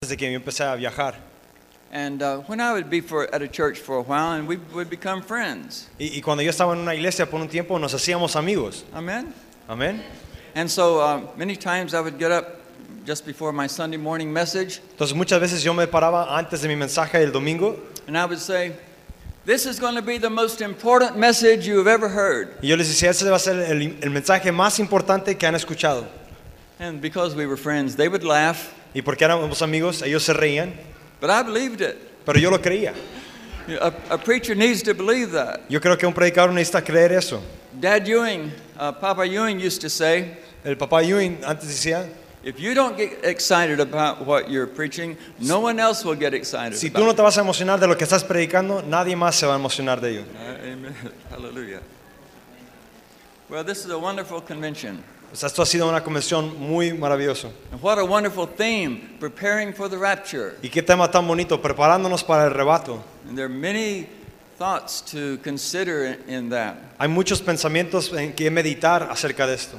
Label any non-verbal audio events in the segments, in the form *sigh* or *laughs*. desde que yo empecé a viajar. And uh, when I would be for, at a church for a while, and we would become friends. Y, y cuando yo estaba en una iglesia por un tiempo nos hacíamos amigos. Amen? Amén. And so uh, many times I would get up just before my Sunday morning message, Entonces muchas veces yo me paraba antes de mi mensaje del domingo and I would say, This is going to be the most important message you have ever heard. y yo les decía, ese va a ser el, el mensaje más importante que han escuchado. And because we were friends, they would laugh, Y porque éramos amigos, ellos se reían, but I believed it. pero yo lo creía. You know, A, a preacher needs to believe that. Yo creo que un predicador necesita creer eso. Dad Ewing, uh, Papa Ewing used to say, El papá Ewing antes decía, if you don't get excited about what you're preaching, no one else will get excited si tú about no te vas a emocionar de lo que estás predicando, nadie más se va a emocionar de ello. it. Uh, amen. *laughs* Hallelujah. Well, this is a wonderful convention. O sea, esto ha sido una convención muy maravillosa. And what a wonderful theme, preparing for the rapture. Y qué tema tan bonito, preparándonos para el rebato. And there are many thoughts to consider in, in that. Hay muchos pensamientos en que meditar acerca de esto.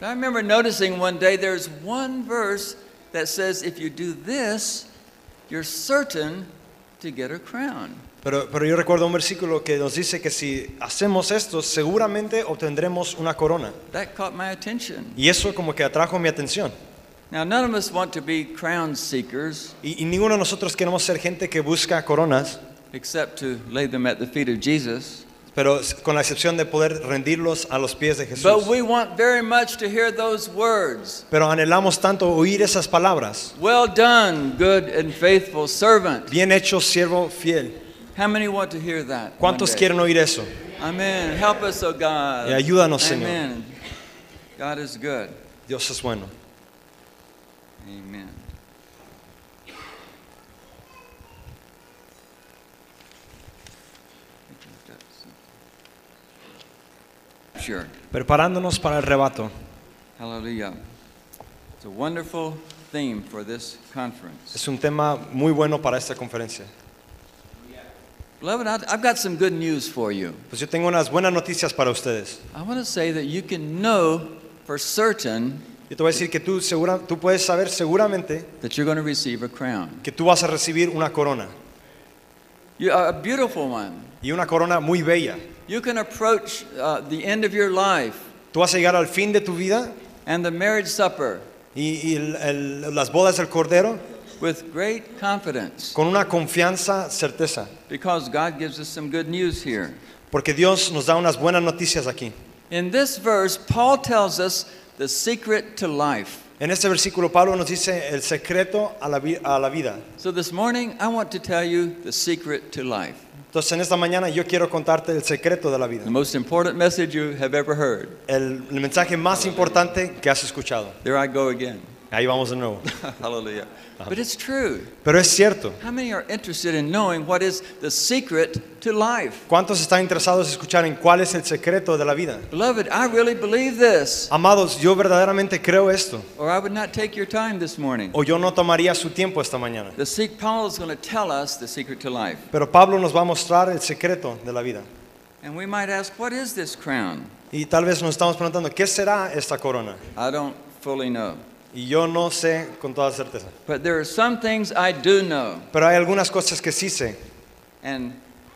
But I remember noticing one day there's one verse that says, if you do this, you're certain to get a crown. Pero, pero yo recuerdo un versículo que nos dice que si hacemos esto, seguramente obtendremos una corona. That caught my attention. Y eso como que atrajo mi atención. Now, none of us want to be crown seekers Y, y ninguno de nosotros queremos ser gente que busca coronas, except to lay them at the feet of Jesus. pero s- con la excepción de poder rendirlos a los pies de But Jesús. we want very much to hear those words. Pero anhelamos tanto oír esas palabras. Well done, good and faithful servant. Bien hecho, siervo fiel. How many want to hear that? one ¿Cuántos day? quieren oír eso? Amen. Help us, oh God. Y ayúdanos, Señor. Amen. God is good. Dios es bueno. Amen. Sure. Preparándonos para el rebato. Hallelujah. It's a wonderful theme for this conference. Es un tema muy bueno para esta conferencia. Beloved, I- I've got some good news for you. Pues yo tengo unas buenas noticias para ustedes. I want to say that you can know for certain Yo te voy a decir que tú, segura, tú puedes saber seguramente that you're going to receive a crown. que tú vas a recibir una corona. You, a a beautiful one. Y una corona muy bella. You can approach uh, the end of your life Tú vas a llegar al fin de tu vida and the marriage supper y, y el- el- las bodas del Cordero with great confidence con una confianza, certeza. because God gives us some good news here. Porque Dios nos da unas buenas noticias aquí. In this verse, Paul tells us the secret to life. En este versículo Pablo nos dice el secreto a la, vi- a la vida. So this morning, I want to tell you the secret to life, Entonces en esta mañana yo quiero contarte el secreto de la vida. the most important message you have ever heard. El, el mensaje más importante que has escuchado. There I go again. *laughs* Ahí vamos de nuevo. Hallelujah. But it's true. Pero es cierto. How many are interested in knowing what is the secret to life? ¿Cuántos están interesados en escuchar en cuál es el secreto de la vida? Beloved, I really believe this, Amados, yo verdaderamente creo esto. or I would not take your time this morning. O yo no tomaría su tiempo esta mañana. The sec- Paul is going to tell us the secret to life. Pero Pablo nos va a mostrar el secreto de la vida. And we might ask, what is this crown? Y tal vez nos estamos preguntando, ¿qué será esta corona? I don't fully know. Y yo no sé con toda certeza. But there are some things I do know. Pero hay algunas cosas que sí sé. And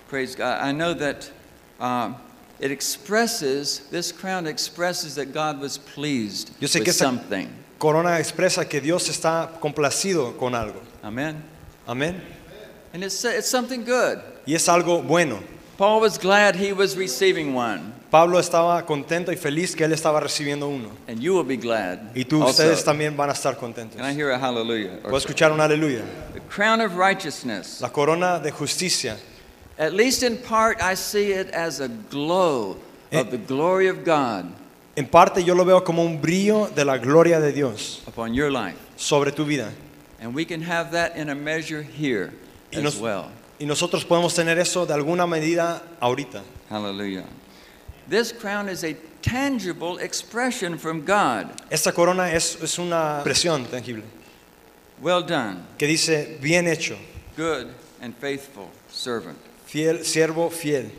praise God, I know that uh, it expresses, this crown expresses that God was pleased Yo sé with que esa- something. Corona expresa que Dios está complacido con algo. Amen. Amén. And it's, it's something good. Y es algo bueno. Paul was glad he was receiving one. Pablo estaba contento y feliz que él estaba recibiendo uno. And you will be glad. Y tú, also. ustedes también van a estar contentos. Can I hear a hallelujah? Or Voy a escuchar un aleluya. the crown of righteousness. La corona de justicia. At least in part, I see it as a glow Eh. of the glory of God En parte yo lo veo como un brillo de la gloria de Dios upon your life. sobre tu vida. And we can have that in a measure here Y as nos- well. Y nosotros podemos tener eso de alguna medida ahorita. Hallelujah. This crown is a tangible expression from God. Esta corona es, es una presión tangible Well done, que dice, bien hecho, good and faithful servant. fiel, siervo fiel.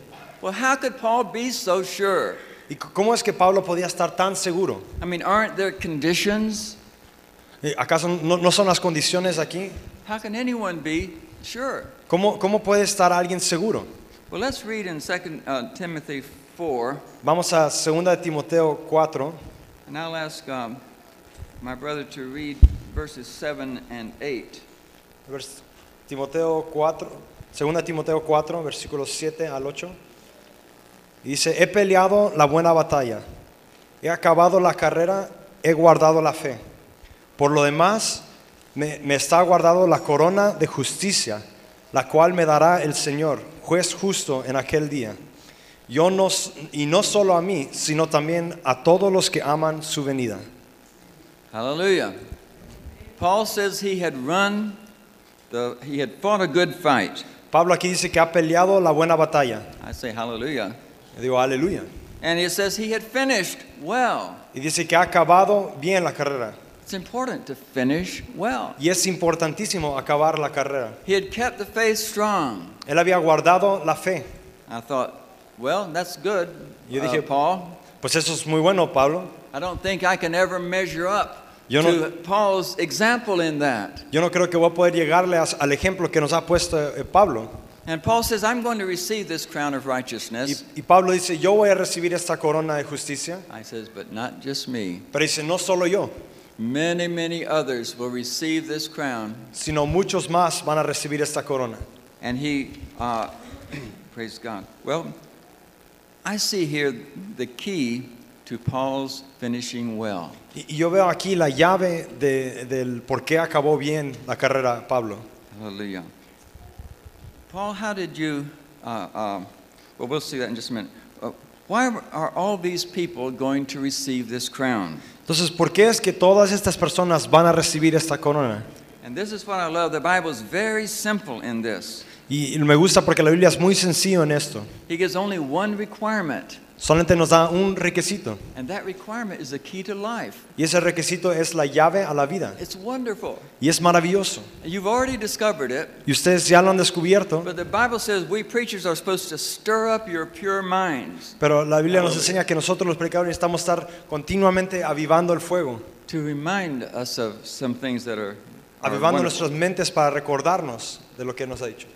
Well, how could Paul be so sure? ¿Y c- cómo es que Pablo podía estar tan seguro? I mean, aren't there conditions? Eh, ¿Acaso no, no son las condiciones aquí? How can anyone be sure? ¿Cómo, cómo puede estar alguien seguro? Well, let's read in 2 uh, Timothy 4, Vamos a 2 de Timoteo 4. and I'll ask um, my brother to read verses 7 and 8. vers- Timoteo 4, 2 Timoteo 4, versículos 7 al 8. Y Dice, he peleado la buena batalla, he acabado la carrera, he guardado la fe. Por lo demás, me, me está guardado la corona de justicia, la cual me dará el Señor, juez justo en aquel día. Yo no, s- y no solo a mí, sino también a todos los que aman su venida. Hallelujah. Paul says he had run, the, he had fought a good fight. Pablo aquí dice que ha peleado la buena batalla. I say hallelujah. Yo digo, aleluya. And it says he had finished well. Y dice que ha acabado bien la carrera. It's important to finish well. Y es importantísimo acabar la carrera. He had kept the faith strong. Él había guardado la fe. I thought, well, that's good, Yo uh, dije- Paul. Pues eso es muy bueno, Pablo. I don't think I can ever measure up Yo no- to Paul's example in that. Yo no creo que voy a poder llegarle as- al ejemplo que nos ha puesto eh, Pablo. And Paul says, I'm going to receive this crown of righteousness. Y, y Pablo dice, yo voy a recibir esta corona de justicia. I says, but not just me. Pero dice, no solo yo, Many, many others will receive this crown. sino muchos más van a recibir esta corona. And he, uh, *clears throat* praise God. Well, I see here the key to Paul's finishing well. Y, y yo veo aquí la llave de- del por qué acabó bien la carrera, Pablo. Hallelujah. Paul, how did you? Uh, um, well, we'll see that in just a minute. Uh, why are all these people going to receive this crown? Entonces, ¿por qué es que todas estas personas van a recibir esta corona? And this is what I love. The Bible is very simple in this. Y y me gusta porque la Biblia es muy sencillo en esto. He gives only one requirement, Solamente nos da un requisito. and that requirement is the key to life. Y ese requisito es la llave a la vida. It's wonderful. Y es maravilloso. You've already discovered it, Y ustedes ya lo han descubierto. but the Bible says we preachers are supposed to stir up your pure minds Pero la Biblia nos enseña que nosotros los predicadores necesitamos estar continuamente avivando el fuego. to remind us of some things that are. are Avivando wonderful. nuestras mentes para recordarnos de lo que nos ha dicho.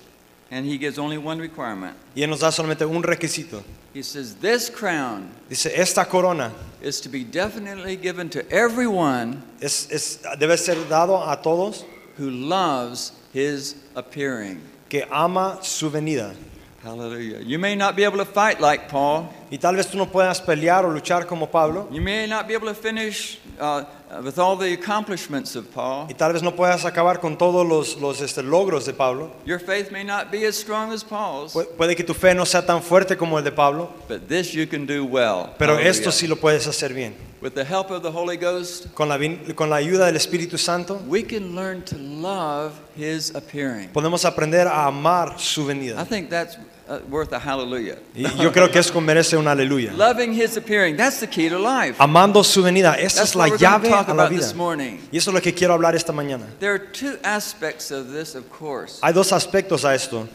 And he gives only one requirement. Y Él nos da solamente un requisito. He says, This crown Dice, esta corona is to be definitely given to everyone es, es- debe ser dado a todos who loves his appearing. que ama su venida. Hallelujah. You may not be able to fight like Paul. Y tal vez tú no puedas pelear o luchar como Pablo. You may not be able to finish uh, with all the accomplishments of Paul. Y tal vez no puedas acabar con todos los, los este, logros de Pablo. Your faith may not be as strong as Paul's, Pu- Puede que tu fe no sea tan fuerte como el de Pablo, but this you can do well. pero Hallelujah. esto sí lo puedes hacer bien. With the help of the Holy Ghost, Con la, vin- con la ayuda del Espíritu Santo we can learn to love his appearing. podemos aprender a amar su I venida. think that's uh, worth a hallelujah. Y yo creo que eso merece un aleluya. *laughs* Loving his appearing, that's the key to life. Amando su venida, Ah, esa That's es la what we're going to llave talk a la about vida. this morning. Y eso es lo que quiero hablar esta mañana. There are two aspects of this, of course. Hay dos aspectos a esto.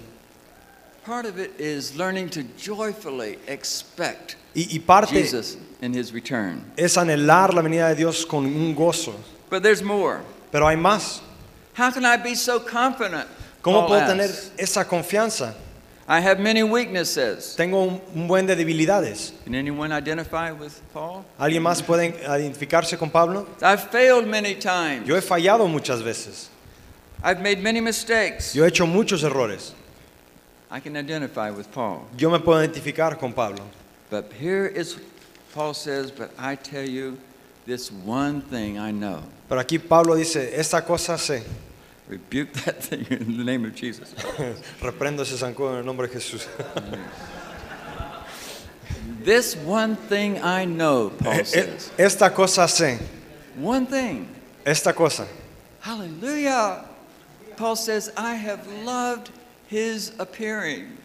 Part of it is learning to joyfully expect Y, y parte Jesus in his return. es anhelar la venida de Dios con un gozo. But there's more. Pero hay más. How can I be so confident? ¿Cómo Paul puedo asks. tener esa confianza? I have many weaknesses. Tengo un, un buen de debilidades. Can anyone identify with Paul? ¿Alguien más puede identificarse con Pablo? I've failed many times. Yo he fallado muchas veces. I've made many mistakes. Yo he hecho muchos errores. I can identify with Paul. Yo me puedo identificar con Pablo. But here is Paul says, but I tell you this one thing I know. Pero aquí Pablo dice, esta cosa sé. Rebuke *laughs* that thing in the name of Jesus. Reprendo ese zancudo en el nombre de Jesús. This one thing I know, Eh, *laughs* Paul says. E-, Esta cosa sé. One thing. Esta cosa. Hallelujah. Paul says, I have loved his appearing.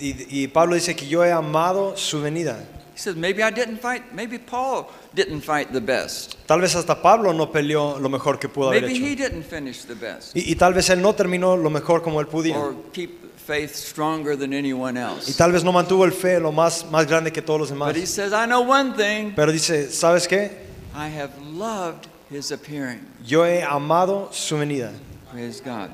Y, y Pablo dice que yo he amado su venida. He says, maybe I didn't fight, maybe Paul didn't fight the best. Tal vez hasta Pablo no peleó lo mejor que pudo haber Maybe he hecho. didn't finish the best Y, y tal vez él no terminó lo mejor como él or pudiera. keep faith stronger than anyone Y else. tal vez no mantuvo el fe lo más, más grande que todos los demás. But he says, I know one thing. Pero dice, ¿sabes qué? I have loved his appearing. Yo he amado su venida. Praise God.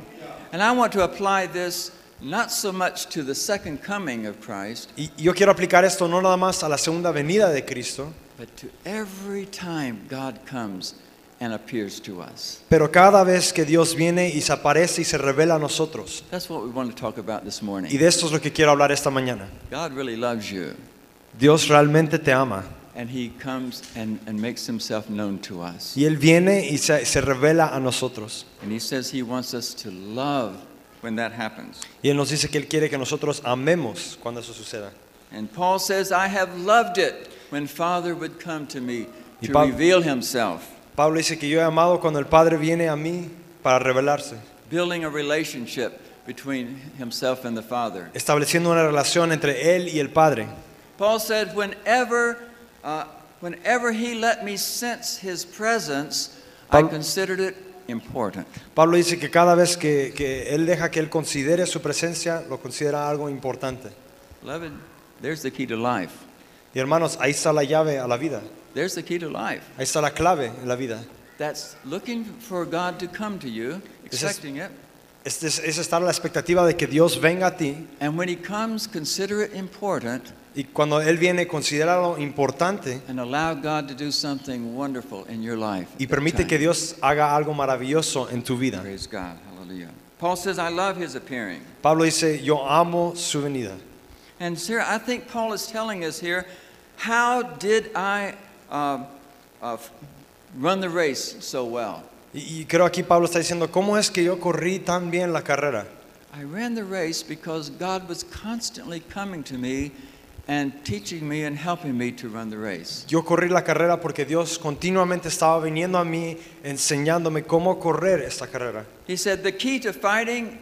And I want to apply this not so much to the second coming of Christ, Y yo quiero aplicar esto no nada más a la segunda venida de Cristo, but to every time God comes and appears to us. pero cada vez que Dios viene y se aparece y se revela a nosotros. That's what we want to talk about this Y morning. de esto es lo que quiero hablar esta mañana. God really loves you, Dios realmente te ama and He comes and, and makes Himself known to us. y Él viene y se, se revela a nosotros. And He says He wants us to love when that happens. Y Él nos dice que Él quiere que nosotros amemos cuando eso suceda. And Paul says, I have loved it when Father would come to me Y to Pab- reveal himself, Pablo dice que yo he amado cuando el Padre viene a mí para revelarse, building a relationship between himself and the Father. estableciendo una relación entre Él y el Padre. Paul said, Whenever, uh, whenever he let me sense his presence, I Pab- considered it important. Pablo dice que cada vez que, que Él deja que Él considere su presencia, lo considera algo importante. Beloved, there's the key to life. Y hermanos, ahí está la llave a la vida, There's the key to life. ahí está la clave en la vida. That's looking for God to come to you, This is- expecting it. Es, Este es- es estar a la expectativa de que Dios venga a ti And when he comes, consider it important y cuando Él viene, considéralo importante and allow God to do something wonderful in your life. y at that permite time. que Dios haga algo maravilloso en tu vida. Praise God. Hallelujah. Paul says, I love his appearing. Pablo dice, yo amo su venida. And sir, I think Paul is telling us here, how did I uh, uh, run the race so well? Y, y creo aquí Pablo está diciendo, ¿cómo es que yo corrí tan bien la carrera? I ran the race because God was constantly coming to me and teaching me and helping me to run the race. Yo corrí la carrera porque Dios continuamente estaba viniendo a mí enseñándome cómo correr esta carrera. He said, the key to fighting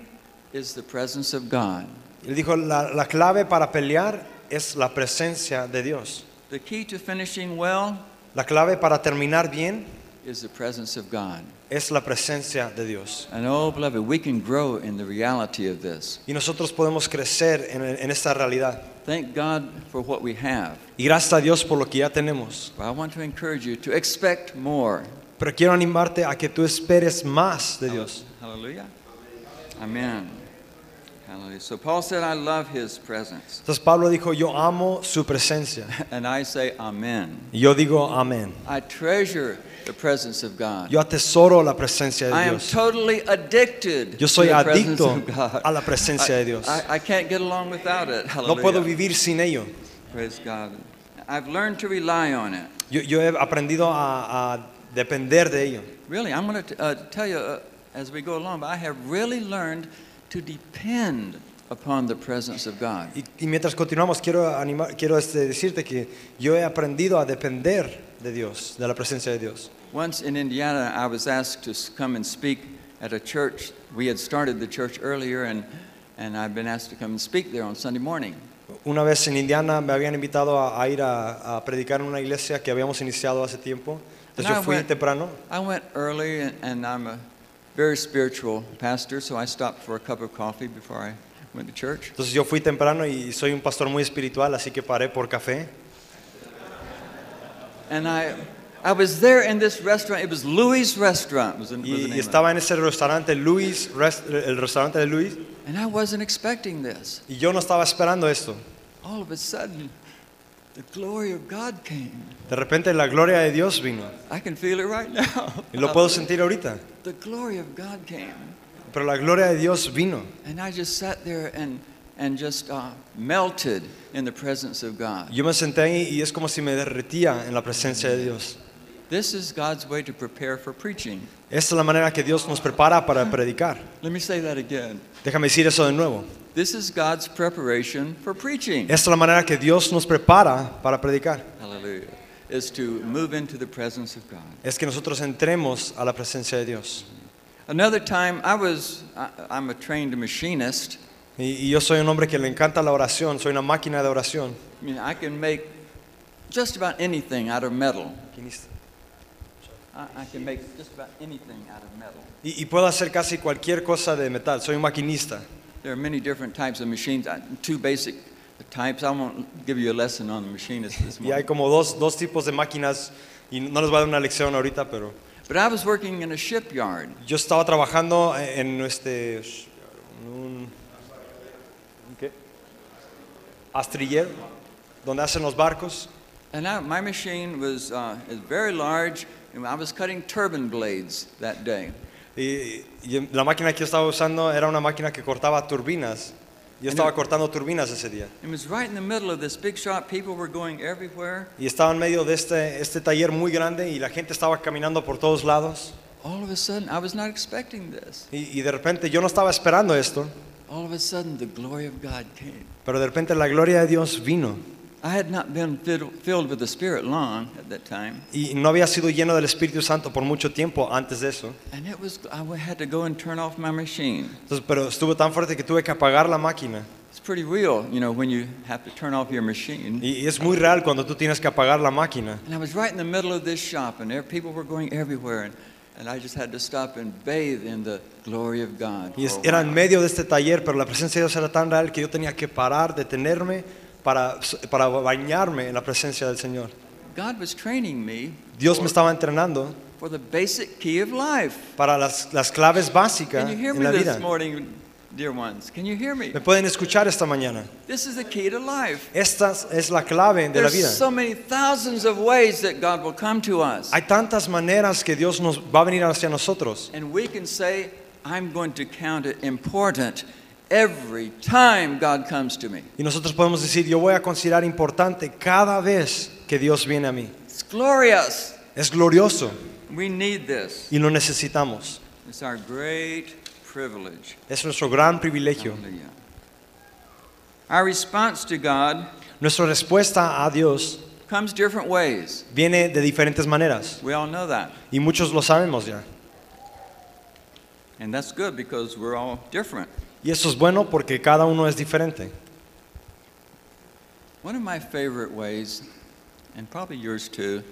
is the presence of God. Él dijo, la, la clave para pelear es la presencia de Dios. The key to finishing well La clave para terminar bien is the presence of God. es la presencia de Dios. And oh, beloved, we can grow in the reality of this. Y nosotros podemos crecer en, en esta realidad. Thank God for what we have. Y gracias a Dios por lo que ya tenemos. But I want to encourage you to expect more. Pero quiero animarte a que tú esperes más de Dios. Hallelujah. Amen. Hallelujah. So Paul said, I love his presence. *laughs* Entonces Pablo dijo, yo amo su presencia. And I say, Amen. Y yo digo, amén. I treasure the presence of God. Yo atesoro la presencia I de am Dios. totally addicted Yo soy to the presence adicto of God. a la presencia I, de Dios. I, I can't get along without it. No Hallelujah. puedo vivir sin ello. Praise God. I've learned to rely on it. Yo, yo he aprendido a, a depender de ello. Really, I'm going to uh, tell you uh, as we go along, but I have really learned to depend upon the presence of God. Y, y mientras continuamos, quiero, animar, quiero este, decirte que yo he aprendido a depender de Dios, de la presencia de Dios. Once in Indiana, I was asked to s- come and speak at a church. We had started the church earlier, and, and I'd been asked to come and speak there on Sunday morning. Una vez en Indiana me habían invitado a, a ir a, a predicar en una iglesia que habíamos iniciado hace tiempo. Entonces And yo I fui went- temprano. I went early, and, and I'm a very spiritual pastor, so I stopped for a cup of coffee before I went to church. Entonces yo fui temprano y soy un pastor muy espiritual, así que paré por café. And I, I was there in this restaurant. It was Louis' restaurant. Was the- was the Y, y name of it. estaba en ese restaurante, Luis, rest- el restaurante de Luis, And I wasn't expecting this. y yo no estaba esperando esto. All of a sudden, the glory of God came. De repente la gloria de Dios vino. I can feel it right now. Uh, Y *laughs* lo puedo sentir ahorita. The glory of God came. Pero la gloria de Dios vino. And I just sat there and, and just uh, melted in the presence of God. Yo me senté ahí y es como si me derretía en la presencia de Dios. This is God's way to prepare for preaching. Esta es la manera que Dios nos prepara para predicar. Let me say that again. Déjame decir eso de nuevo. This is God's preparation for preaching. Esta es la manera que Dios nos prepara para predicar. Hallelujah. Is to move into the presence of God. Es que nosotros entremos a la presencia de Dios. Another time, I was, I, I'm a trained machinist. Y, y yo soy un hombre que le encanta la oración, soy una máquina de oración. I mean, I can make just about anything out of metal. I, I can make just about anything out of metal. Y, y puedo hacer casi cualquier cosa de metal, soy un maquinista. There are many different types of machines. I- Two basic types. I won't give you a lesson on the machinists this Y hay morning. como dos, dos tipos de máquinas, y no les voy a dar una lección ahorita, pero, But I was working in a shipyard. Yo estaba trabajando en este en un ¿qué? Astillero, donde hacen los barcos. And I, my machine was, uh, is very large, and I was cutting turbine blades that day. Y, y la máquina que yo estaba usando era una máquina que cortaba turbinas. Yo estaba cortando turbinas ese día. It was right in the middle of this big shop. People were going everywhere. Y estaba en medio de este, este taller muy grande y la gente estaba caminando por todos lados. All of a sudden, I was not expecting this. Y, y de repente yo no estaba esperando esto, All of a sudden, the glory of God came. pero de repente la gloria de Dios vino. I had not been fid- filled with the Spirit long at that time, Y no había sido lleno del Espíritu Santo por mucho tiempo antes de eso. and it was I had to go and turn off my machine. Entonces, pero estuvo tan fuerte que tuve que apagar la máquina. It's pretty real, you know, when you have to turn off your machine. Y, y es muy real cuando tú tienes que apagar la máquina. And I was right in the middle of this shop, and there, people were going everywhere, and, and I just had to stop and bathe in the glory of God. Oh, Y es- for a era while. en medio de este taller, pero la presencia de Dios era tan real que yo tenía que parar, detenerme para, para bañarme en la presencia del Señor. God was training me Dios me estaba entrenando for the basic key of life. para las, las claves básicas Can you hear en me la this vida. morning, dear ones? Can you hear me? Me pueden escuchar esta mañana. This is the key to life. Esta es la clave de la vida. There's so many thousands of ways that God will come to us. Hay tantas maneras que Dios nos va a venir hacia nosotros. And we can say, I'm going to count it important every time God comes to me. Y nosotros podemos decir, yo voy a considerar importante cada vez que Dios viene a mí. It's glorious. Es glorioso We need this. y lo necesitamos. It's our great privilege. Es nuestro gran privilegio. Hallelujah. Our response to God Nuestra respuesta a Dios comes different ways. viene de diferentes maneras We all know that. y muchos lo sabemos ya. And that's good because we're all different. Y eso es bueno porque cada uno es diferente. One of my favorite ways, and probably yours too,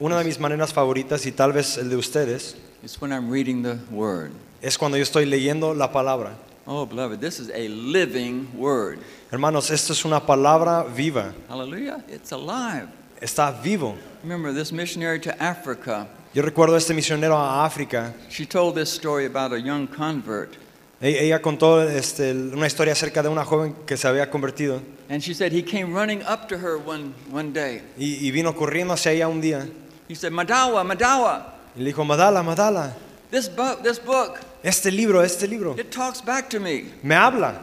Una de mis maneras favoritas y tal vez el de ustedes is when I'm reading the Word. es cuando yo estoy leyendo la palabra. Oh, beloved, this is a living Word. Hermanos, esto es una palabra viva, Hallelujah. It's alive. está vivo. Remember this missionary to Africa. Yo recuerdo a este misionero a África. She told this story about a young convert, E- Ella contó este, una historia acerca de una joven que se había convertido and she said he came running up to her one, one day. y, y vino corriendo hacia ella un día He said, "Madawa, Madawa, y le dijo, Madala, Madala, this book, this book, este libro, este libro, it talks back to me." me habla.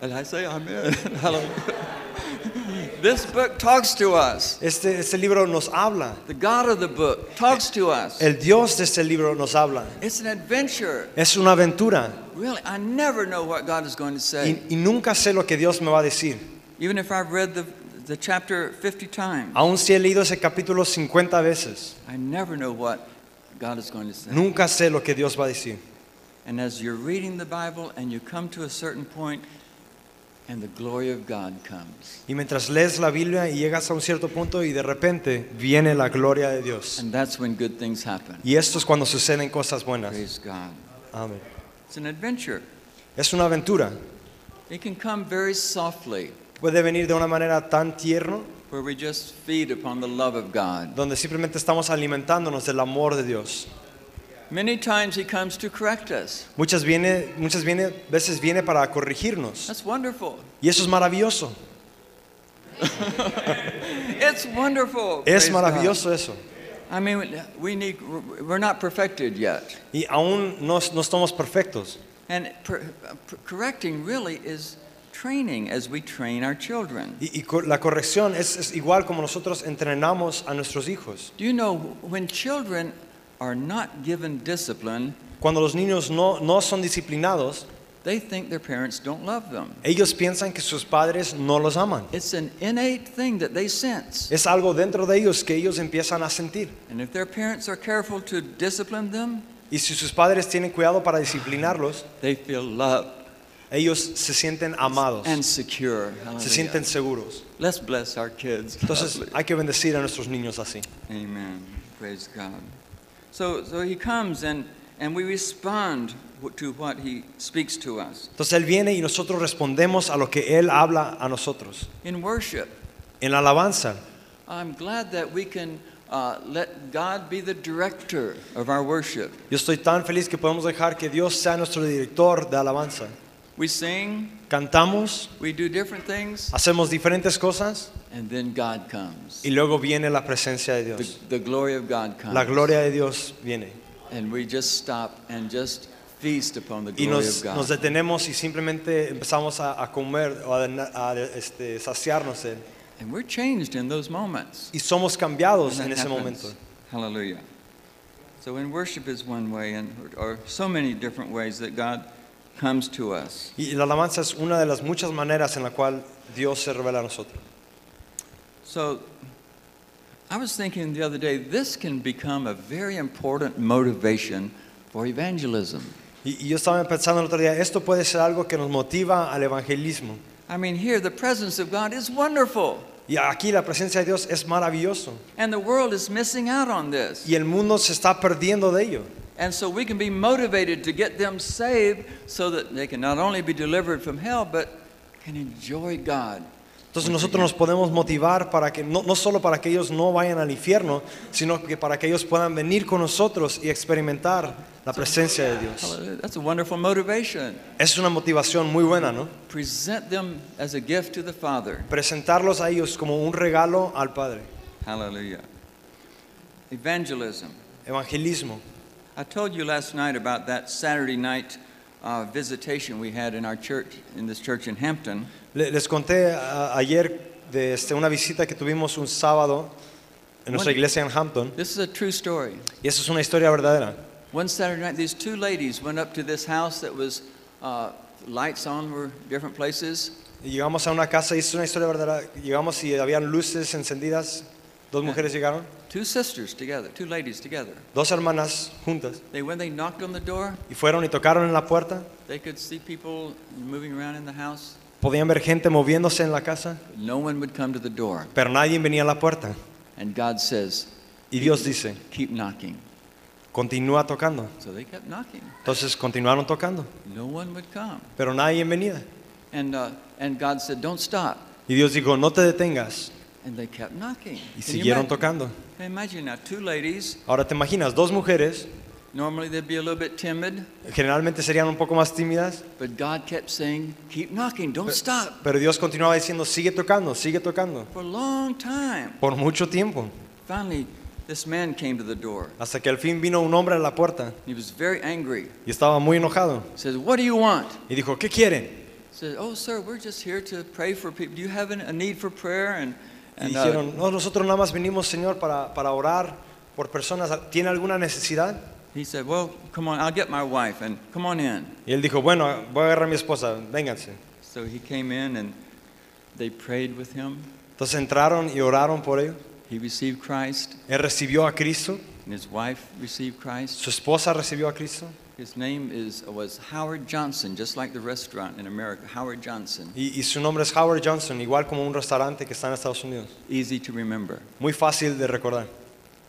And I say, "Amen." *laughs* Hallelujah. this book talks to us. Este, este libro nos habla. The God of the book talks to us. El Dios de este libro nos habla. It's an adventure. Es una aventura Really, I never know what God is going to say, y, y nunca sé lo que Dios me va a decir. even if I've read the, the chapter 50 times. Aún si he leído ese capítulo 50 veces, I never know what God is going to say. nunca sé lo que Dios va a decir. And as you're reading the Bible and you come to a certain point, and the glory of God comes. Y mientras lees la Biblia y llegas a un cierto punto y de repente viene la gloria de Dios. And that's when good things happen. Y esto es cuando suceden cosas buenas. Praise God. Amén. It's an adventure. Es una aventura. It can come very softly, Puede venir de una manera tan tierno, where we just feed upon the love of God. donde simplemente estamos alimentándonos del amor de Dios. Many times He comes to correct us. Muchas, viene, muchas viene, veces viene para corregirnos. That's wonderful. Y eso es maravilloso. It's wonderful. Es Praise God. maravilloso eso. I mean, we need, we're not perfected yet. Y aún no, no estamos perfectos. And per, uh, per- correcting really is training as we train our children. Y, y co- la corrección es, es igual como nosotros entrenamos a nuestros hijos. Do you know when children are not given discipline, Cuando los niños no, no son disciplinados, they think their parents don't love them? ellos piensan que sus padres no los aman. It's an innate thing that they sense. Es algo dentro de ellos que ellos empiezan a sentir. And if their parents are careful to discipline them, Y si sus padres tienen cuidado para disciplinarlos, they feel loved ellos se sienten amados, and secure. se Hallelujah. sienten seguros. Let's bless our kids. Entonces Lovely. hay que bendecir a nuestros niños así. Amen. Praise God. So, so he comes and, and we respond to what he speaks to us Entonces Él viene y nosotros respondemos a lo que Él habla a nosotros. in worship. En la alabanza, I'm glad that we can Uh, let God be the director of our worship. Yo estoy tan feliz que podemos dejar que Dios sea nuestro director de alabanza. We sing, Cantamos, we do different things, hacemos diferentes cosas and then God comes. y luego viene la presencia de The, Dios. the glory of God comes. La gloria de Dios viene. And we just stop and just feast upon the Y glory nos, of God. nos detenemos y simplemente empezamos a, a comer o a, a, este, saciarnos de él. and we're changed in those moments. Y somos cambiados When en that ese happens. momento. Hallelujah. So when worship is one way, and or so many different ways that God comes to us. Y la alabanza es una de las muchas maneras en la cual Dios se revela a nosotros. So I was thinking the other day, this can become a very important motivation for evangelism. Y, y yo estaba pensando el otro día, esto puede ser algo que nos motiva al evangelismo. I mean, here the presence of God is wonderful, Y aquí la presencia de Dios es maravilloso. and the world is missing out on this. Y el mundo se está perdiendo de ello. And so we can be motivated to get them saved so that they can not only be delivered from hell, but can enjoy God. Entonces nosotros nos podemos motivar para que no, no solo para que ellos no vayan al infierno, sino que para que ellos puedan venir con nosotros y experimentar la presencia de Dios. Hallelujah. That's a wonderful motivation. Es una motivación muy buena, ¿no? Present them as a gift to the Father. Presentarlos a ellos como un regalo al Padre. Hallelujah. Evangelism. Evangelismo. I told you last night about that Saturday night uh, visitation we had in our church, in this church in Hampton. Le- les conté a- ayer de este, una visita que tuvimos un sábado en nuestra Bueno. iglesia en Hampton. This is a true story. Y eso es una historia verdadera. One Saturday night, these two ladies went up to this house that was uh, lights on were different places, Y llegamos a una casa y es una historia verdadera. Llegamos y habían luces encendidas. Dos mujeres llegaron, two sisters together, two ladies together. dos hermanas juntas. They when they knocked on the door, Y fueron y tocaron en la puerta. they could see people moving around in the house. Podían ver gente moviéndose en la casa, No one would come to the door, pero nadie venía a la puerta. and God says, Y Dios dice, "Keep knocking." continúa tocando. So they kept knocking. Entonces continuaron tocando, No one would come, pero nadie venía. and uh, and God said, "Don't stop." Y Dios dijo, no te detengas. And they kept knocking. Y Can you siguieron imagine- tocando. can you imagine now, two ladies, Ahora te imaginas, dos mujeres, normally they'd be a little bit timid, generalmente serían un poco más tímidas, but God kept saying, keep knocking, don't stop. pero Dios continuaba diciendo, sigue tocando, sigue tocando. For a long time. Por mucho tiempo, Finally, this man came to the door. hasta que al fin vino un hombre a la puerta He was very angry. y estaba muy enojado. He says, what do you want? Y dijo, ¿qué quieren? He says, oh, sir, we're just here to pray for people. Do you have an- a need for prayer? And, Y and uh, dijeron, "Oh, no, nosotros nada más venimos, Señor, para, para orar por personas. ¿Tiene alguna necesidad? he said, well, come on, I'll get my wife and come on in. Y él dijo, bueno, voy a agarrar a mi esposa, vénganse. So he came in and they prayed with him. Entonces entraron y oraron por ellos. He received Christ Él recibió a Cristo, and his wife received Christ. su esposa recibió a Cristo. His name is, was Howard Johnson, just like the restaurant in America, Howard Johnson. Y, y su nombre es Howard Johnson, igual como un restaurante que está en Estados Unidos. Easy to remember. Muy fácil de recordar.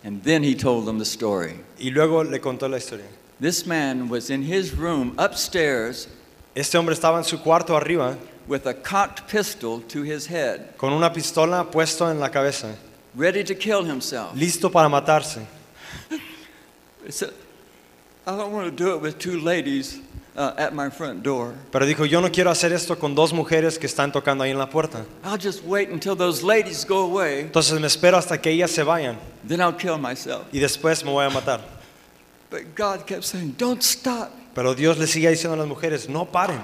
And then he told them the story. Y luego le contó la historia. This man was in his room upstairs Este hombre estaba en su cuarto arriba with a cocked pistol to his head, con una pistola puesta en la cabeza, ready to kill himself. listo para matarse. So, I don't want to do it with two ladies uh, at my front door. Pero dijo, yo no quiero hacer esto con dos mujeres que están tocando ahí en la puerta. I'll just wait until those ladies go away, Entonces me espero hasta que ellas se vayan then I'll kill myself. y después me voy a matar. But God kept saying, Don't stop. *laughs* Pero Dios le sigue diciendo a las mujeres, no paren.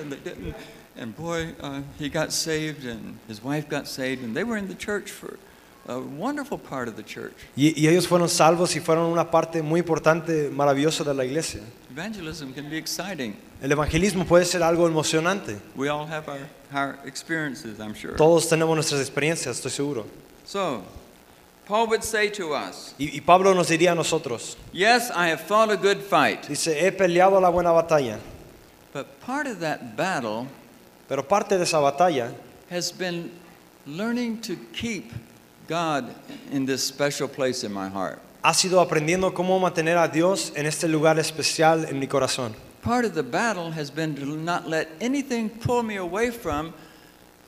and they didn't. And boy, uh, he got saved, and his wife got saved, and they were in the church for a wonderful part of the church. Y, y ellos fueron salvos y fueron una parte muy importante, maravillosa de la iglesia. Evangelism can be exciting. El evangelismo puede ser algo emocionante. We all have our, our experiences, I'm sure. Todos tenemos nuestras experiencias, estoy seguro. So, Paul would say to us, Y, y Pablo nos diría a nosotros, Yes, I have fought a good fight. dice, he peleado la buena batalla, But part of that battle pero parte de esa batalla has been learning to keep God in this special place in my heart. ha sido aprendiendo cómo mantener a Dios en este lugar especial en mi corazón. Part of the battle has been to not let anything pull me away from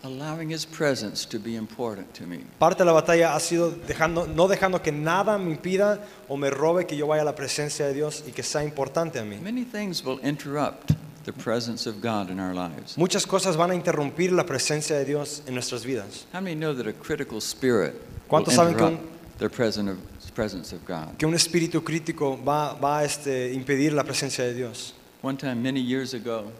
allowing His presence to be important to me. Parte de la batalla ha sido dejando, no dejando que nada me impida o me robe que yo vaya a la presencia de Dios y que sea importante a mí. Many things will interrupt the presence of God in our lives. Muchas cosas van a interrumpir la presencia de Dios en nuestras vidas. How many know that a critical spirit will ¿Cuántos saben que un- interrupt the presence of, presence of God? Que un espíritu crítico va, va a este, impedir la presencia de Dios. One time, many years ago,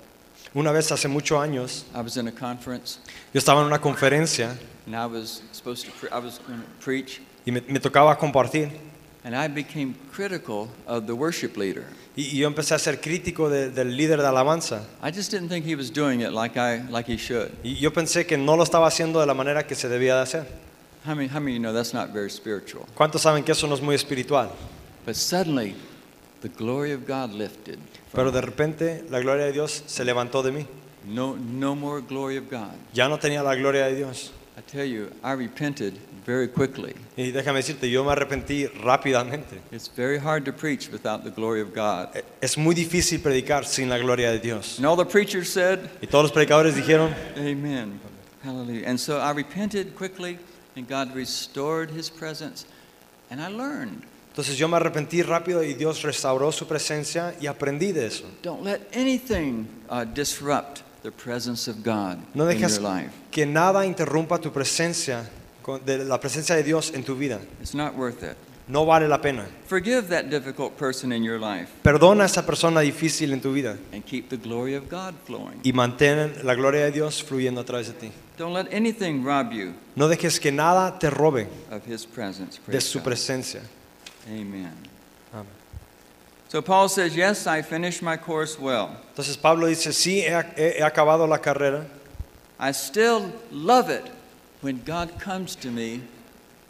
Una vez hace muchos años, I was in a conference yo estaba en una conferencia and I was supposed to pre- I was going to preach, y me, me tocaba compartir. and I became critical of the worship leader. Y, y yo empecé a ser crítico de- del líder de alabanza. I just didn't think he was doing it like I like he should. Y yo pensé que no lo estaba haciendo de la manera que se debía de hacer. How many how many of you know that's not very spiritual? ¿Cuántos saben que eso no es muy espiritual? But suddenly, the glory of God lifted. Pero de repente la gloria de Dios se levantó de mí. No no more glory of God. Ya no tenía la gloria de Dios. I tell you, I repented very quickly. Y déjame decirte, yo me arrepentí rápidamente. It's very hard to preach without the glory of God. E- Es muy difícil predicar sin la gloria de Dios. And all the preachers said, Y todos los predicadores dijeron, Amen. Hallelujah. And so I repented quickly, and God restored his presence. And I learned entonces yo me arrepentí rápido y Dios restauró su presencia y aprendí de eso. don't let anything uh, disrupt the presence of God No in your dejes life. que nada interrumpa tu presencia, con- de la presencia de Dios en tu vida. It's not worth it. No vale la pena. Forgive that difficult person in your life Perdona a esa persona difícil en tu vida and keep the glory of God flowing. y mantén la gloria de Dios fluyendo a través de ti. Don't let anything rob you No dejes que nada te robe of his presence. de Praise su God. presencia. Amen. Amén. So Paul says, Yes, I finished my course well. Entonces Pablo dice, sí, he, he- he acabado la carrera, I still love it when God comes to me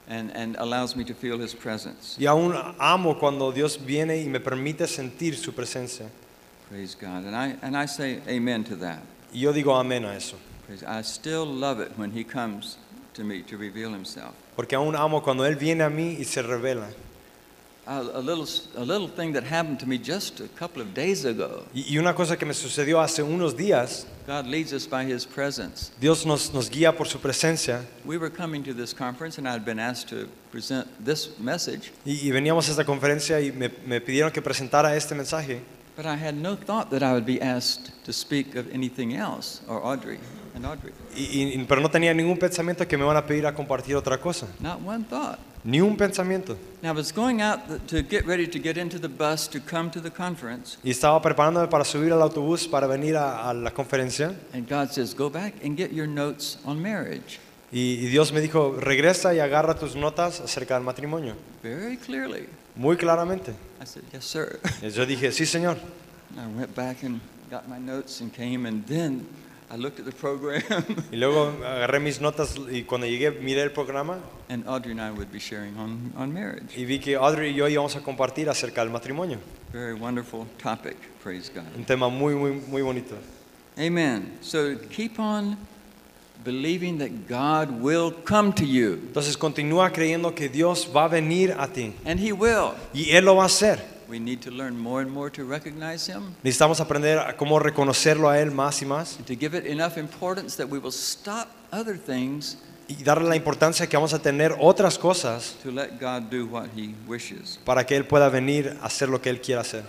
and, and allows me to feel his presence. Y aún amo cuando Dios viene y me permite sentir su presencia. Praise God. And I, and I say amen to that. Y yo digo amén a eso. Praise, I still love it when he comes to me to reveal himself. Porque aún amo cuando Él viene a mí y se revela. A, a, little, s- a little thing that happened to me just a couple of days ago. Y, y una cosa que me sucedió hace unos días, God leads us by his presence. Dios nos, nos guía por su presencia. We were coming to this conference, and I had been asked to present this message, Y, y veníamos a esta conferencia y me, me pidieron que presentara este mensaje. but I had no thought that I would be asked to speak of anything else or Audrey and Audrey. Y- y- pero no tenía ningún pensamiento que me van a pedir a compartir otra cosa. Not one thought. Ni un pensamiento. Now, I was going out th- to get ready to get into the bus to come to the conference, Y estaba preparándome para subir al autobús para venir a, a la conferencia. and God says, Go back and get your notes on marriage. Y, y Dios me dijo, regresa y agarra tus notas acerca del matrimonio. Very clearly. Muy claramente. I said, Yes, sir. *laughs* Y Yo dije, sí, señor. And I went back and got my notes and came, and then I looked at the program, *laughs* Y luego agarré mis notas y cuando llegué miré el programa and Audrey and I would be sharing on, on marriage. y vi que Audrey y yo íbamos a compartir acerca del matrimonio. Very wonderful topic. Praise God. Un tema muy, muy, muy bonito. Amen. So keep on believing that God will come to you, Entonces continúa creyendo que Dios va a venir a ti and He will. y Él lo va a hacer. We need to learn more and more to recognize Him Necesitamos aprender a cómo reconocerlo a Él más y más and to give it enough importance that we will stop other things y darle la importancia que vamos a tener otras cosas to let God do what He wishes. para que Él pueda venir a hacer lo que Él quiera hacer.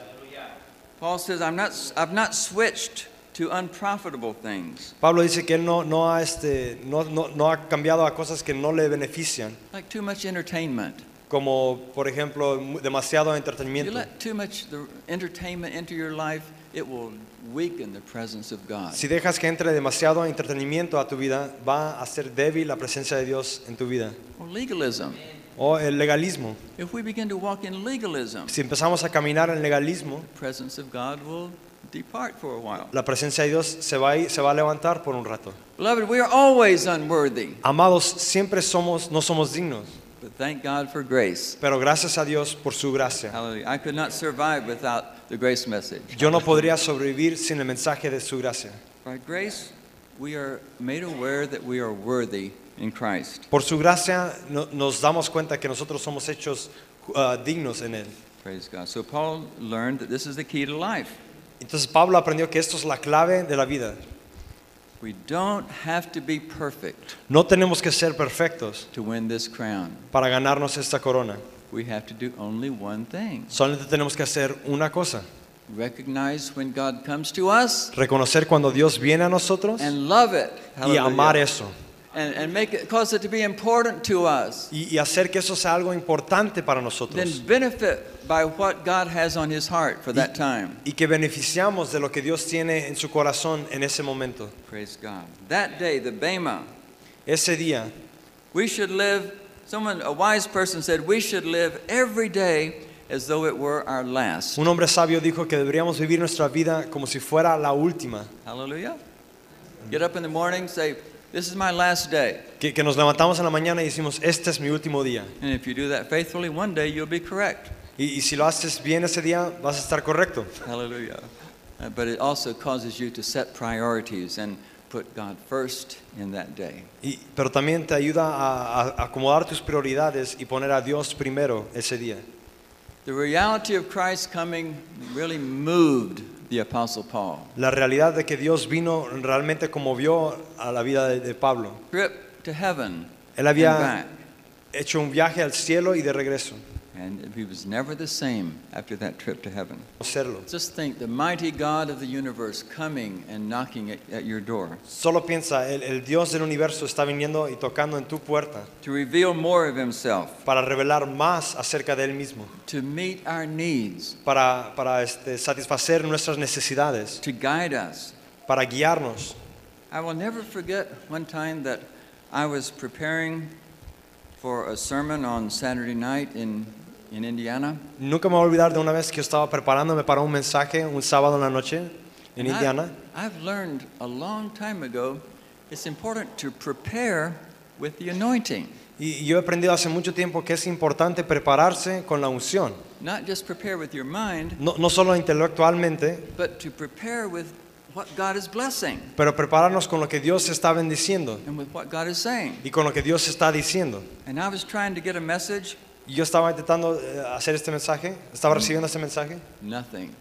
Paul says, I'm not, I've not switched to unprofitable things, Pablo dice que Él no, no, ha, este, no, no- no ha cambiado a cosas que no le benefician, like too much entertainment. como por ejemplo mu- demasiado You entretenimiento. let too much the entertainment into your life, it will weaken the presence of God. Si dejas que entre demasiado entretenimiento a tu vida, va a ser débil la presencia de Dios en tu vida. Or legalism. O el legalismo. If we begin to walk in legalism, Si empezamos a caminar en legalismo, the presence of God will depart for a while. la presencia de Dios se va a, ir- se va a levantar por un rato. Beloved, we are always unworthy, Amados, siempre somos, no somos dignos, but thank God for grace. pero gracias a Dios por su gracia. Hallelujah. I could not survive without the grace message. Yo no podría sobrevivir sin el mensaje de su gracia. By grace, we are made aware that we are worthy in Christ. Por su gracia no- nos damos cuenta que nosotros somos hechos uh, dignos en Él. Praise God. So Paul learned that this is the key to life. Entonces Pablo aprendió que esto es la clave de la vida. We don't have to be perfect No tenemos que ser perfectos to win this crown. para ganarnos esta corona. We have to do only one thing Solamente tenemos que hacer una cosa, recognize when God comes to us reconocer cuando Dios viene a nosotros and love it. y amar Hallelujah. eso. And, and make it, cause it to be important to us. Y, y hacer que eso sea algo importante para Then nosotros. benefit by what God has on his heart for that time. Y que beneficiamos de lo que Dios tiene en su corazón en ese momento. Praise God. That day, the Bema, Ese día, we should live, someone, a wise person said, we should live every day as though it were our last. un hombre sabio dijo que deberíamos vivir nuestra vida como si fuera la última. Hallelujah. Get up in the morning, say, This is my last day. Que, que nos levantamos en la mañana y decimos, este es mi último día. And if you do that faithfully, one day you'll be correct. Y, y si lo haces bien ese día, vas a estar correcto. Hallelujah. Uh, but it also causes you to set priorities and put God first in that day. Y- pero también te ayuda a, a acomodar tus prioridades y poner a Dios primero ese día. The reality of Christ coming really moved the Apostle Paul. La realidad de que Dios vino realmente conmovió a la vida de, de Pablo. Trip to heaven Él and había back. hecho un viaje al cielo y de regreso. And he was never the same after that trip to heaven. Conocerlo. Just think the mighty God of the universe coming and knocking at, at your door. Solo piensa, el, el Dios del universo está viniendo y tocando en tu puerta to reveal more of himself, para revelar más acerca de Él mismo, to meet our needs, para, para este, satisfacer nuestras necesidades, to guide us. para guiarnos. I will never forget one time that I was preparing for a sermon on Saturday night in, in Indiana. Nunca me voy a olvidar de una vez que yo estaba preparándome para un mensaje un sábado en la noche en And I- Indiana. I've learned a long time ago it's important to prepare with the anointing, Y y yo he aprendido hace mucho tiempo que es importante prepararse con la unción, not just prepare with your mind, no, no solo intelectualmente, but to prepare with what God is blessing pero prepararnos con lo que Dios está bendiciendo and with what God is saying. y con lo que Dios está diciendo. And I was trying to get a message, Y yo estaba intentando eh, hacer este mensaje, estaba recibiendo este mensaje, nothing.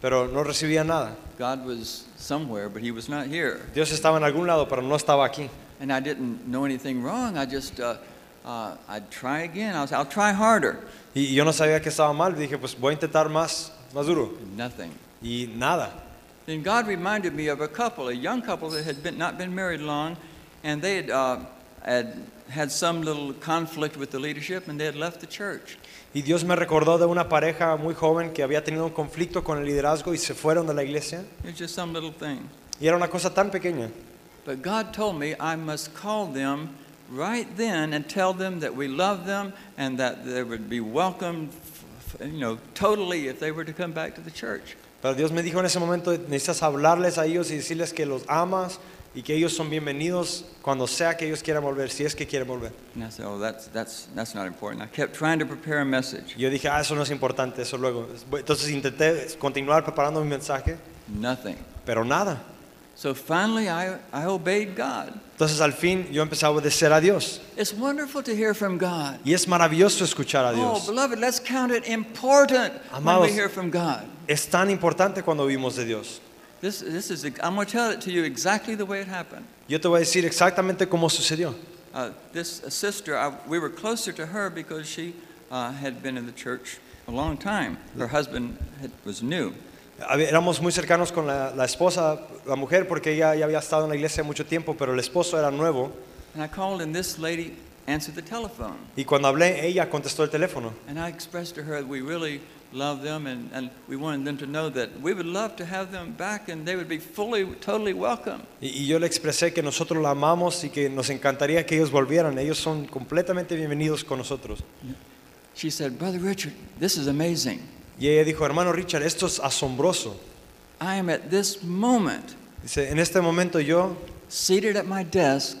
pero no recibía nada. God was somewhere, but he was not here. Dios estaba en algún lado, pero no estaba aquí. And I didn't know anything wrong. I just, uh, uh, I'd try again. I was, I'll try harder. Y y yo no sabía que estaba mal, dije, pues voy a intentar más, más duro. Nothing. Y nada. Then God reminded me of a couple, a young couple that had been, not been married long, and they had, uh, had had some little conflict with the leadership, and they had left the church. Y Dios me recordó de una pareja muy joven que había tenido un conflicto con el liderazgo y se fueron de la iglesia. It was just some little thing. Y era una cosa tan pequeña. But God told me I must call them right then and tell them that we love them and that they would be welcomed, f- f- you know, totally if they were to come back to the church. Pero Dios me dijo en ese momento, necesitas hablarles a ellos y decirles que los amas y que ellos son bienvenidos cuando sea que ellos quieran volver, si es que quieren volver. And I said, oh, that's, that's, that's not important. I kept trying to prepare a message. Y yo dije, ah, eso no es importante, eso luego. Entonces intenté continuar preparando mi mensaje, Nothing. pero nada. So finally, I, I obeyed God. Entonces al fin yo empecé a obedecer a Dios. It's wonderful to hear from God. Y es maravilloso escuchar a Oh, Dios. beloved, let's count it important when we Amados. hear from God. Es tan importante cuando vimos de Dios. This, this is, I'm going to tell it to you exactly the way it happened. Yo te voy a decir exactamente cómo sucedió. Uh, this sister, I, we were closer to her because she uh, had been in the church a long time. Her husband had, was new. Hab- Éramos muy cercanos con la, la esposa, la mujer, porque ella ya había estado en la iglesia mucho tiempo, pero el esposo era nuevo. And I called, and this lady answered the telephone. Y cuando hablé, ella contestó el teléfono. And I expressed to her that we really love them and, and we wanted them to know that we would love to have them back and they would be fully, totally welcome. Y, y yo le expresé que nosotros la amamos y que nos encantaría que ellos volvieran. Ellos son completamente bienvenidos con nosotros. She said, Brother Richard, this is amazing. Y ella dijo, hermano Richard, esto es asombroso. I am at this moment Dice, en este momento yo seated at my desk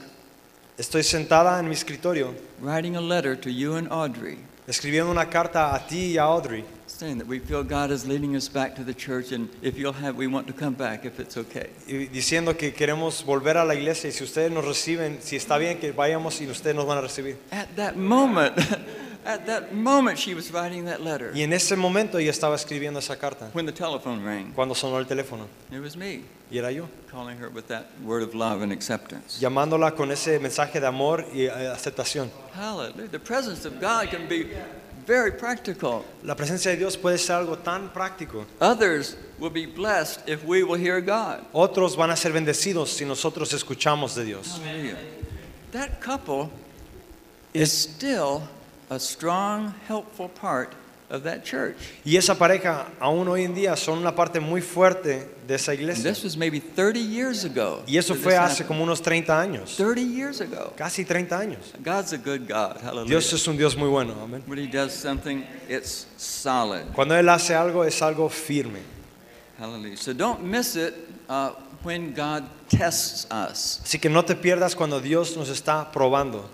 estoy sentada en mi escritorio writing a letter to you and Audrey escribiendo una carta a ti y a Audrey, saying that we feel God is leading us back to the church and if you'll have, we want to come back if it's okay. y- diciendo que queremos volver a la iglesia y si ustedes nos reciben, si está bien que vayamos y ustedes nos van a recibir. At that moment, *laughs* At that moment, she was writing that letter Y en ese momento ella estaba escribiendo esa carta, when the telephone rang. cuando sonó el teléfono, It was me y era yo, calling her with that word of love and acceptance. llamándola con ese mensaje de amor y eh, aceptación. Hallelujah. The presence of God can be very practical. La presencia de Dios puede ser algo tan práctico. Others will be blessed if we will hear God. Otros van a ser bendecidos si nosotros escuchamos de Dios. Hallelujah. That couple is still a strong, helpful part of that church. Y esa pareja, aún hoy en día, son una parte muy fuerte de esa And iglesia. this was maybe 30 years ago. Y eso that fue this hace happened. como unos 30 años, 30 years ago. casi 30 años. God's a good God. Hallelujah. Dios es un Dios muy bueno, amén. When He does something, it's solid. Cuando Él hace algo, es algo firme. Hallelujah. So don't miss it uh, when God tests us. Así que no te pierdas cuando Dios nos está probando.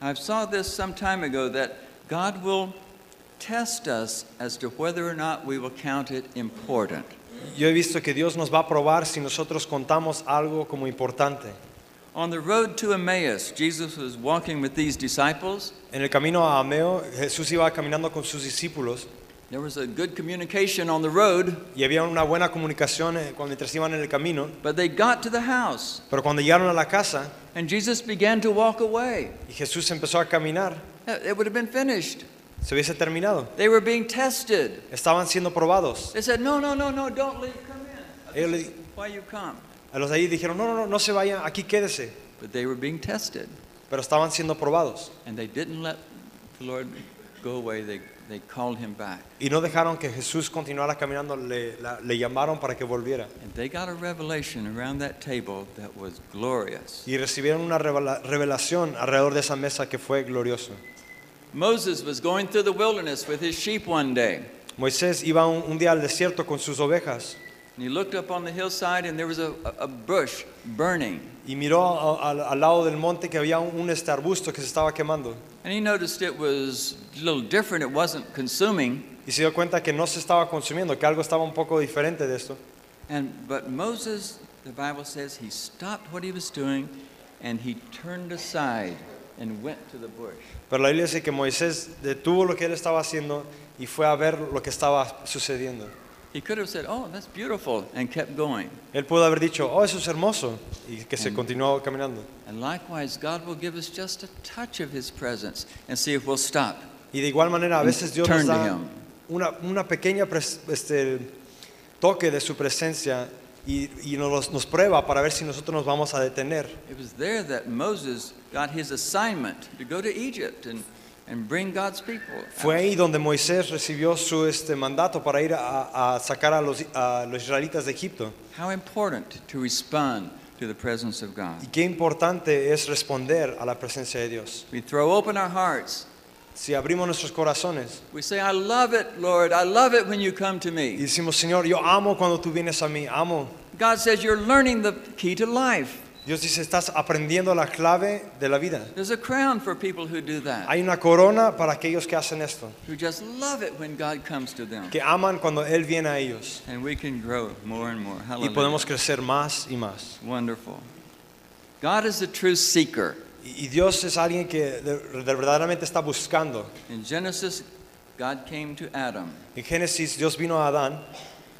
I saw this some time ago that God will test us as to whether or not we will count it important. Yo he visto que Dios nos va a probar si nosotros contamos algo como importante. On the road to Emmaus, Jesus was walking with these disciples. En el camino a Ameo, Jesús iba caminando con sus discípulos There was a good communication on the road, y había una buena comunicación eh, cuando mientras iban en el camino. but they got to the house, Pero cuando llegaron a la casa and Jesus began to walk away. y Jesús empezó a caminar, Uh, It would have been finished. se hubiese terminado. They were being tested. Estaban siendo probados. They said, No, no, no, no, don't leave. Come in. Ellos le di- Why you come? a los de ahí dijeron, no, no, no, no se vayan, aquí quédese. But they were being tested, Pero estaban siendo probados and they didn't let the Lord go away. They, they called him back. y no dejaron que Jesús continuara caminando, le, la- le llamaron para que volviera. And they got a revelation around that table that was glorious. Y recibieron una revela- revelación alrededor de esa mesa que fue glorioso. Moses was going through the wilderness with his sheep one day, Moisés iba un, un día al desierto con sus ovejas and he looked up on the hillside, and there was a, a, a bush burning. y miró a- a- al lado del monte que había un, un este arbusto que se estaba quemando And he noticed it was a little different, it wasn't consuming. y se dio cuenta que no se estaba consumiendo, que algo estaba un poco diferente de esto. And, but Moses, the Bible says, he stopped what he was doing and he turned aside and went to the bush. Pero la Biblia dice que Moisés detuvo lo que él estaba haciendo y fue a ver lo que estaba sucediendo. He could have said, Oh, that's beautiful, and kept going. Él pudo haber dicho, oh, eso es hermoso, y que se Amén. continuó caminando. And likewise, God will give us just a touch of His presence and see if we'll stop. Y de igual manera, a and veces Dios turn nos to da Him. una, una pequeña pres- este, toque de su presencia y, y nos, nos prueba para ver si nosotros nos vamos a detener. It was there that Moses got his assignment to go to Egypt and, and bring God's people. Fue ahí donde Moisés recibió su este, mandato para ir a, a sacar a los, a los israelitas de Egipto. How important to respond to the presence of God. Y qué importante es responder a la presencia de Dios. We throw open our hearts. Si abrimos nuestros corazones We say, I love it, Lord. I love it when you come to y me. decimos, Señor, yo amo cuando tú vienes a mí, amo. God says, You're learning the key to life. Dios dice, estás aprendiendo la clave de la vida. There's a crown for people who do that, Hay una corona para aquellos que hacen esto, who just love it when God comes to them. que aman cuando Él viene a ellos. And we can grow more and more. Y Hallelujah. podemos crecer más y más. Wonderful. God is the true seeker. Y y Dios es alguien que de- de- verdaderamente está buscando. In Genesis, God came to Adam. En Génesis, Dios vino a Adán.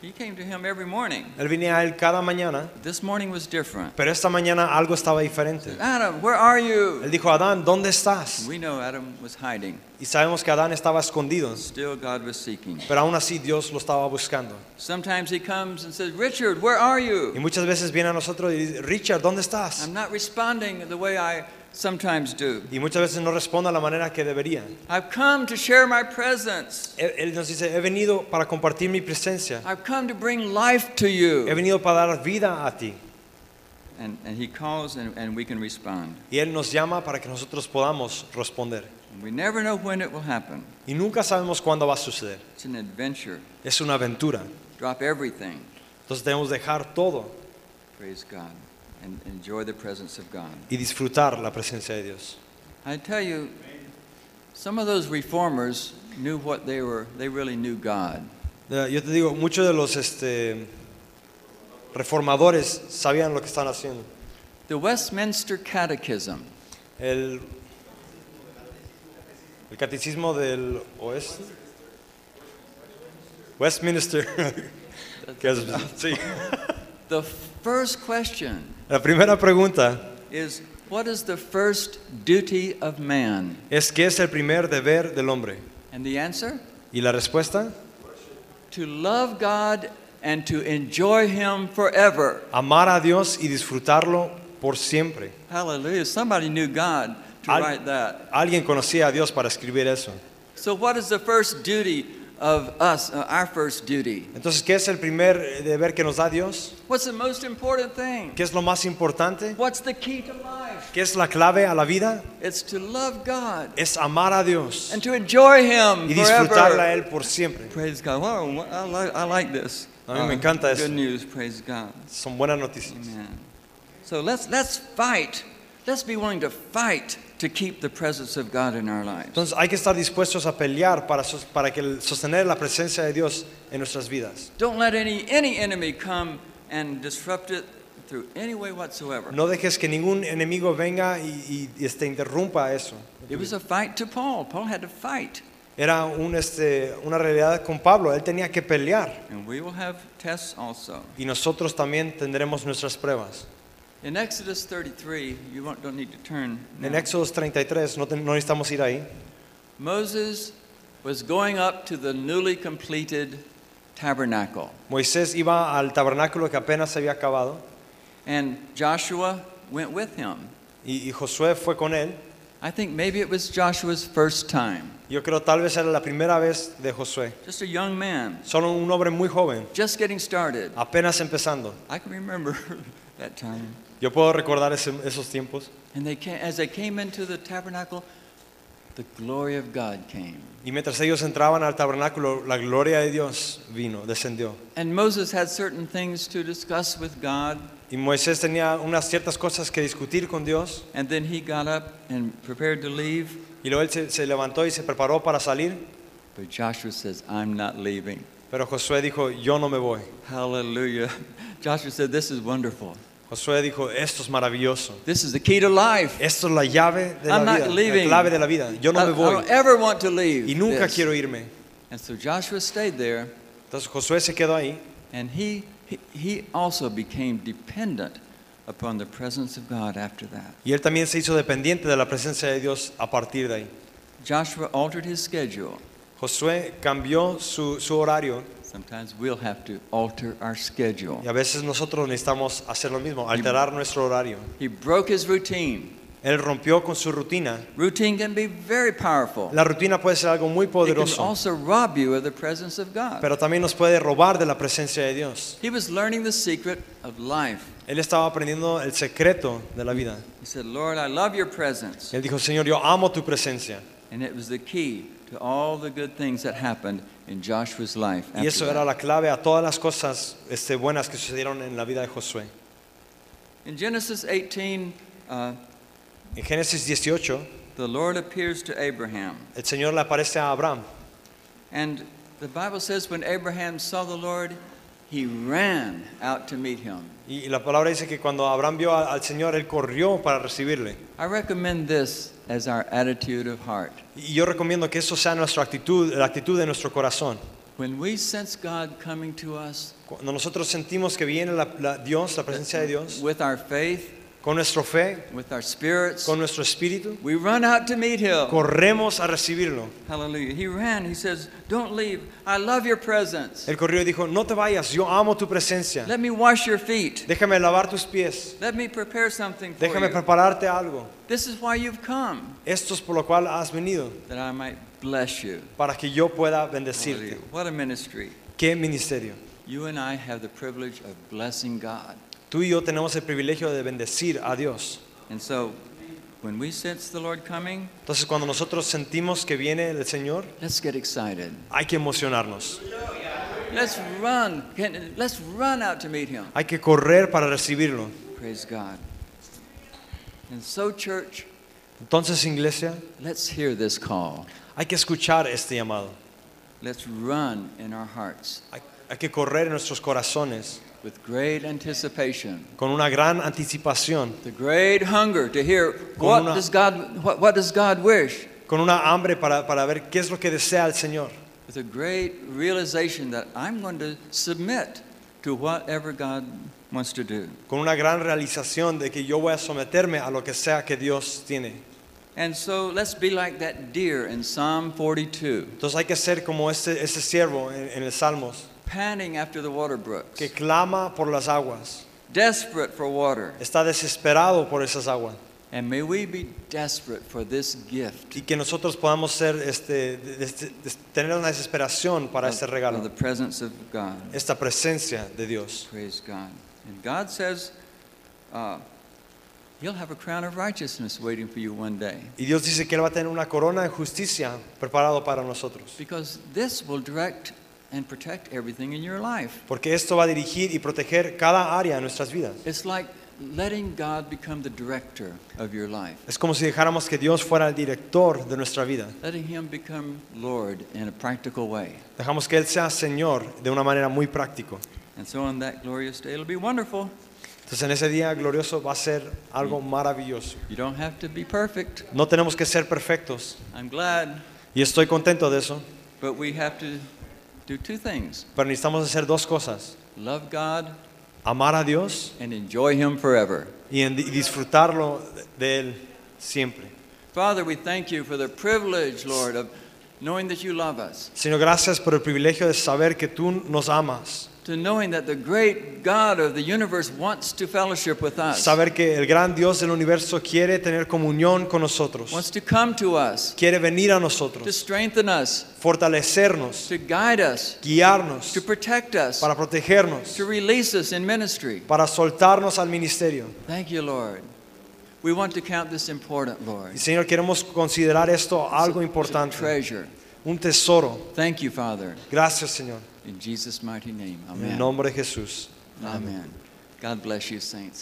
He came to him every morning. Él venía a Él cada mañana, This morning was different. pero esta mañana algo estaba diferente. Adam, where are you? Él dijo, Adán, ¿dónde estás? We know Adam was hiding. Y sabemos que Adán estaba escondido, Still, God was seeking. pero aún así Dios lo estaba buscando. Sometimes he comes and says, Richard, where are Y you? muchas veces viene a nosotros y dice, Richard, ¿dónde estás? I'm not responding the way I sometimes do. Y muchas veces no responde a la manera que debería. I've come to share my presence. Él, él nos dice, he venido para compartir mi presencia. I've come to bring life to He you. venido para dar vida a ti. And, and he calls and, and we can respond. Y Él nos llama para que nosotros podamos responder. And we never know when it will happen. Y nunca sabemos cuándo va a suceder. It's an adventure. Es una aventura. Drop everything. Entonces debemos dejar todo Praise God and enjoy the presence of God. y disfrutar la presencia de Dios. I tell you, some of those reformers knew what they were, they really knew God. Eh, Yo te digo, muchos de los este, reformadores sabían lo que están haciendo. The Westminster Catechism El El catecismo del oeste. Westminster. *laughs* Que es- sí. The first question La primera pregunta is what is the first duty of man? es ¿qué es el primer deber del hombre? And the answer? Y la respuesta, To love God and to enjoy Him forever. amar a Dios y disfrutarlo por siempre. Hallelujah. Somebody knew God to Al- write that. Alguien conocía a Dios para escribir eso. So, what is the first duty of us, uh, our first duty? Entonces, ¿qué es el primer deber que nos da Dios? What's the most important thing? ¿Qué es lo más importante? What's the key to life? ¿Qué es la clave a la vida? It's to love God Es amar a Dios and to enjoy Him y disfrutarla a forever. Él por siempre. Praise God. Wow, I like, I like this. Uh, A mí me encanta eso. Good news, praise God. Son buenas noticias. Amen. So let's let's fight. Let's be willing to fight to keep the presence of God in our lives. Entonces hay que estar dispuestos a pelear para, sos- para que el- sostener la presencia de Dios en nuestras vidas. Don't let any any enemy come and disrupt it through any way whatsoever. No dejes que ningún enemigo venga y, y, este, interrumpa eso. It was a fight to Paul. Paul had to fight. Era un, este, una realidad con Pablo. Él tenía que pelear And we will have tests also. y nosotros también tendremos nuestras pruebas. In Exodus 33, you won't, don't need to turn. En now. Éxodos 33, no, te- no necesitamos ir ahí, Moses was going up to the newly completed tabernacle. Moisés iba al tabernáculo que apenas se había acabado And Joshua went with him. y, y Josué fue con él. I think maybe it was Joshua's first time. Yo creo tal vez era la primera vez de Josué. Just a young man, Solo un hombre muy joven, just getting started. apenas empezando. I can remember *laughs* that time. Yo puedo recordar ese- esos tiempos. And they came, as they came into the tabernacle, the glory of God came. Y mientras ellos entraban al tabernáculo, la gloria de Dios vino, descendió. And Moses had certain things to discuss with God, Y Moisés tenía unas ciertas cosas que discutir con Dios. and then he got up and prepared to leave. Y luego él se, se levantó y se preparó para salir. But Joshua says, I'm not leaving. Pero Josué dijo, yo no me voy. Hallelujah. *laughs* Joshua said, This is wonderful. Josué dijo, esto es maravilloso. This is the key to life. Esto es la llave de la I'm not vida, la leaving. clave de la vida. Yo no I, me I voy don't ever want to leave. y nunca this." quiero irme. And so Joshua stayed there. Entonces Josué se quedó ahí And he, he, he also became dependent upon the presence of God after that. y él también se hizo dependiente de la presencia de Dios a partir de ahí. Joshua altered his schedule. Josué cambió su, su horario Sometimes we'll have to alter our schedule. y a veces nosotros necesitamos hacer lo mismo, alterar nuestro horario. He broke his routine. Él rompió con su rutina. Routine can be very powerful. La rutina puede ser algo muy It can poderoso, also rob you of the presence of God. pero también nos puede robar de la presencia de Dios. He was learning the secret of life. Él estaba aprendiendo el secreto de la vida. He said, Lord, I love your presence. Él dijo, Señor, yo amo tu presencia. And it was the key to all the good things that happened in Joshua's life. Y after eso that. era la clave a todas las cosas este, buenas que sucedieron en la vida de Josué. In Genesis 18, uh, En Génesis 18, The Lord appears to Abraham. el Señor le aparece a Abraham. And the Bible says when Abraham saw the Lord, he ran out to meet him. Y la palabra dice que cuando Abraham vio a- al Señor, él corrió para recibirle. I recommend this as our attitude of heart. Y yo recomiendo que eso sea nuestra actitud, la actitud de nuestro corazón. When we sense God coming to us Cuando nosotros sentimos que viene la, la- Dios, la presencia de Dios, with our faith, con nuestra fe, with our spirits, con nuestro espíritu, we run out to meet him. corremos a recibirlo. Hallelujah. He ran. He says, Don't leave. I love your presence. Él corrió y dijo, no te vayas, yo amo tu presencia. Let me wash your feet. Déjame lavar tus pies, Let me prepare something for déjame you. prepararte algo. This is why you've come, Esto es por lo cual has venido, that I might bless you. para que yo pueda Hallelujah. bendecirte. What a ministry. ¿Qué ministerio? You and I have the privilege of blessing God. Tú y yo tenemos el privilegio de bendecir a Dios. And so, when we sense the Lord coming, Entonces cuando nosotros sentimos que viene el Señor, let's get excited. hay que emocionarnos, Let's run. Can- Let's run out to meet Him. hay que correr para recibirlo. Praise God. And so, church, Entonces iglesia, let's hear this call. hay que escuchar este llamado, Let's run in our hearts hay, hay que correr en nuestros corazones with great anticipation, con una gran anticipación, the great hunger to hear Con what una- does God what, what does God wish? con una hambre para, para ver qué es lo que desea el Señor. with a great realization that I'm going to submit to whatever God wants to do. Con una gran realización de que yo voy a someterme a lo que sea que Dios tiene. And so let's be like that deer in Psalm 42, Entonces hay que ser como ese, ese siervo en, en el Salmos, panning after the water brooks, que clama por las aguas, desperate for water. está desesperado por esas aguas. And may we be desperate for this gift Y que nosotros podamos ser, este, de- de- de- tener una desesperación para este of the regalo, presence of God. esta presencia de Dios. Praise God. And God says, uh, He'll have a crown of righteousness waiting for you one day. Y Dios dice que Él va a tener una corona de justicia preparado para nosotros. Because this will direct and protect everything in your life. Porque esto va a dirigir y proteger cada área de nuestras vidas. It's like letting God become the director of your life, Es como si dejáramos que Dios fuera el director de nuestra vida. letting Him become Lord in a practical way. Dejamos que Él sea Señor de una manera muy práctica. And so on that glorious day, it'll be wonderful. Entonces en ese día glorioso va a ser algo maravilloso. You don't have to be perfect. No tenemos que ser perfectos. I'm glad. Y estoy contento de eso. But we have to do two things Pero necesitamos hacer dos cosas. love God Amar a Dios and enjoy Him forever. y, en- y disfrutarlo de Él siempre. Father, we thank you for the privilege, Lord, of knowing that you love us, Señor, gracias por el privilegio de saber que tú nos amas. to knowing that the great God of the universe wants to fellowship with us, Saber que el gran Dios del universo quiere tener comunión con nosotros. wants to come to us, Quiere venir a to nosotros, strengthen us, fortalecernos, to guide us, guiarnos, to protect us, para protegernos, to release us in ministry. para soltarnos al ministerio. Thank you, Lord. We want to count this important, Lord. Y Señor, queremos considerar esto algo It's a importante, treasure. un tesoro. Thank you, Father. Gracias, Señor. In Jesus' mighty name. En el Amen. nombre de Jesús. Amen. God bless you, saints.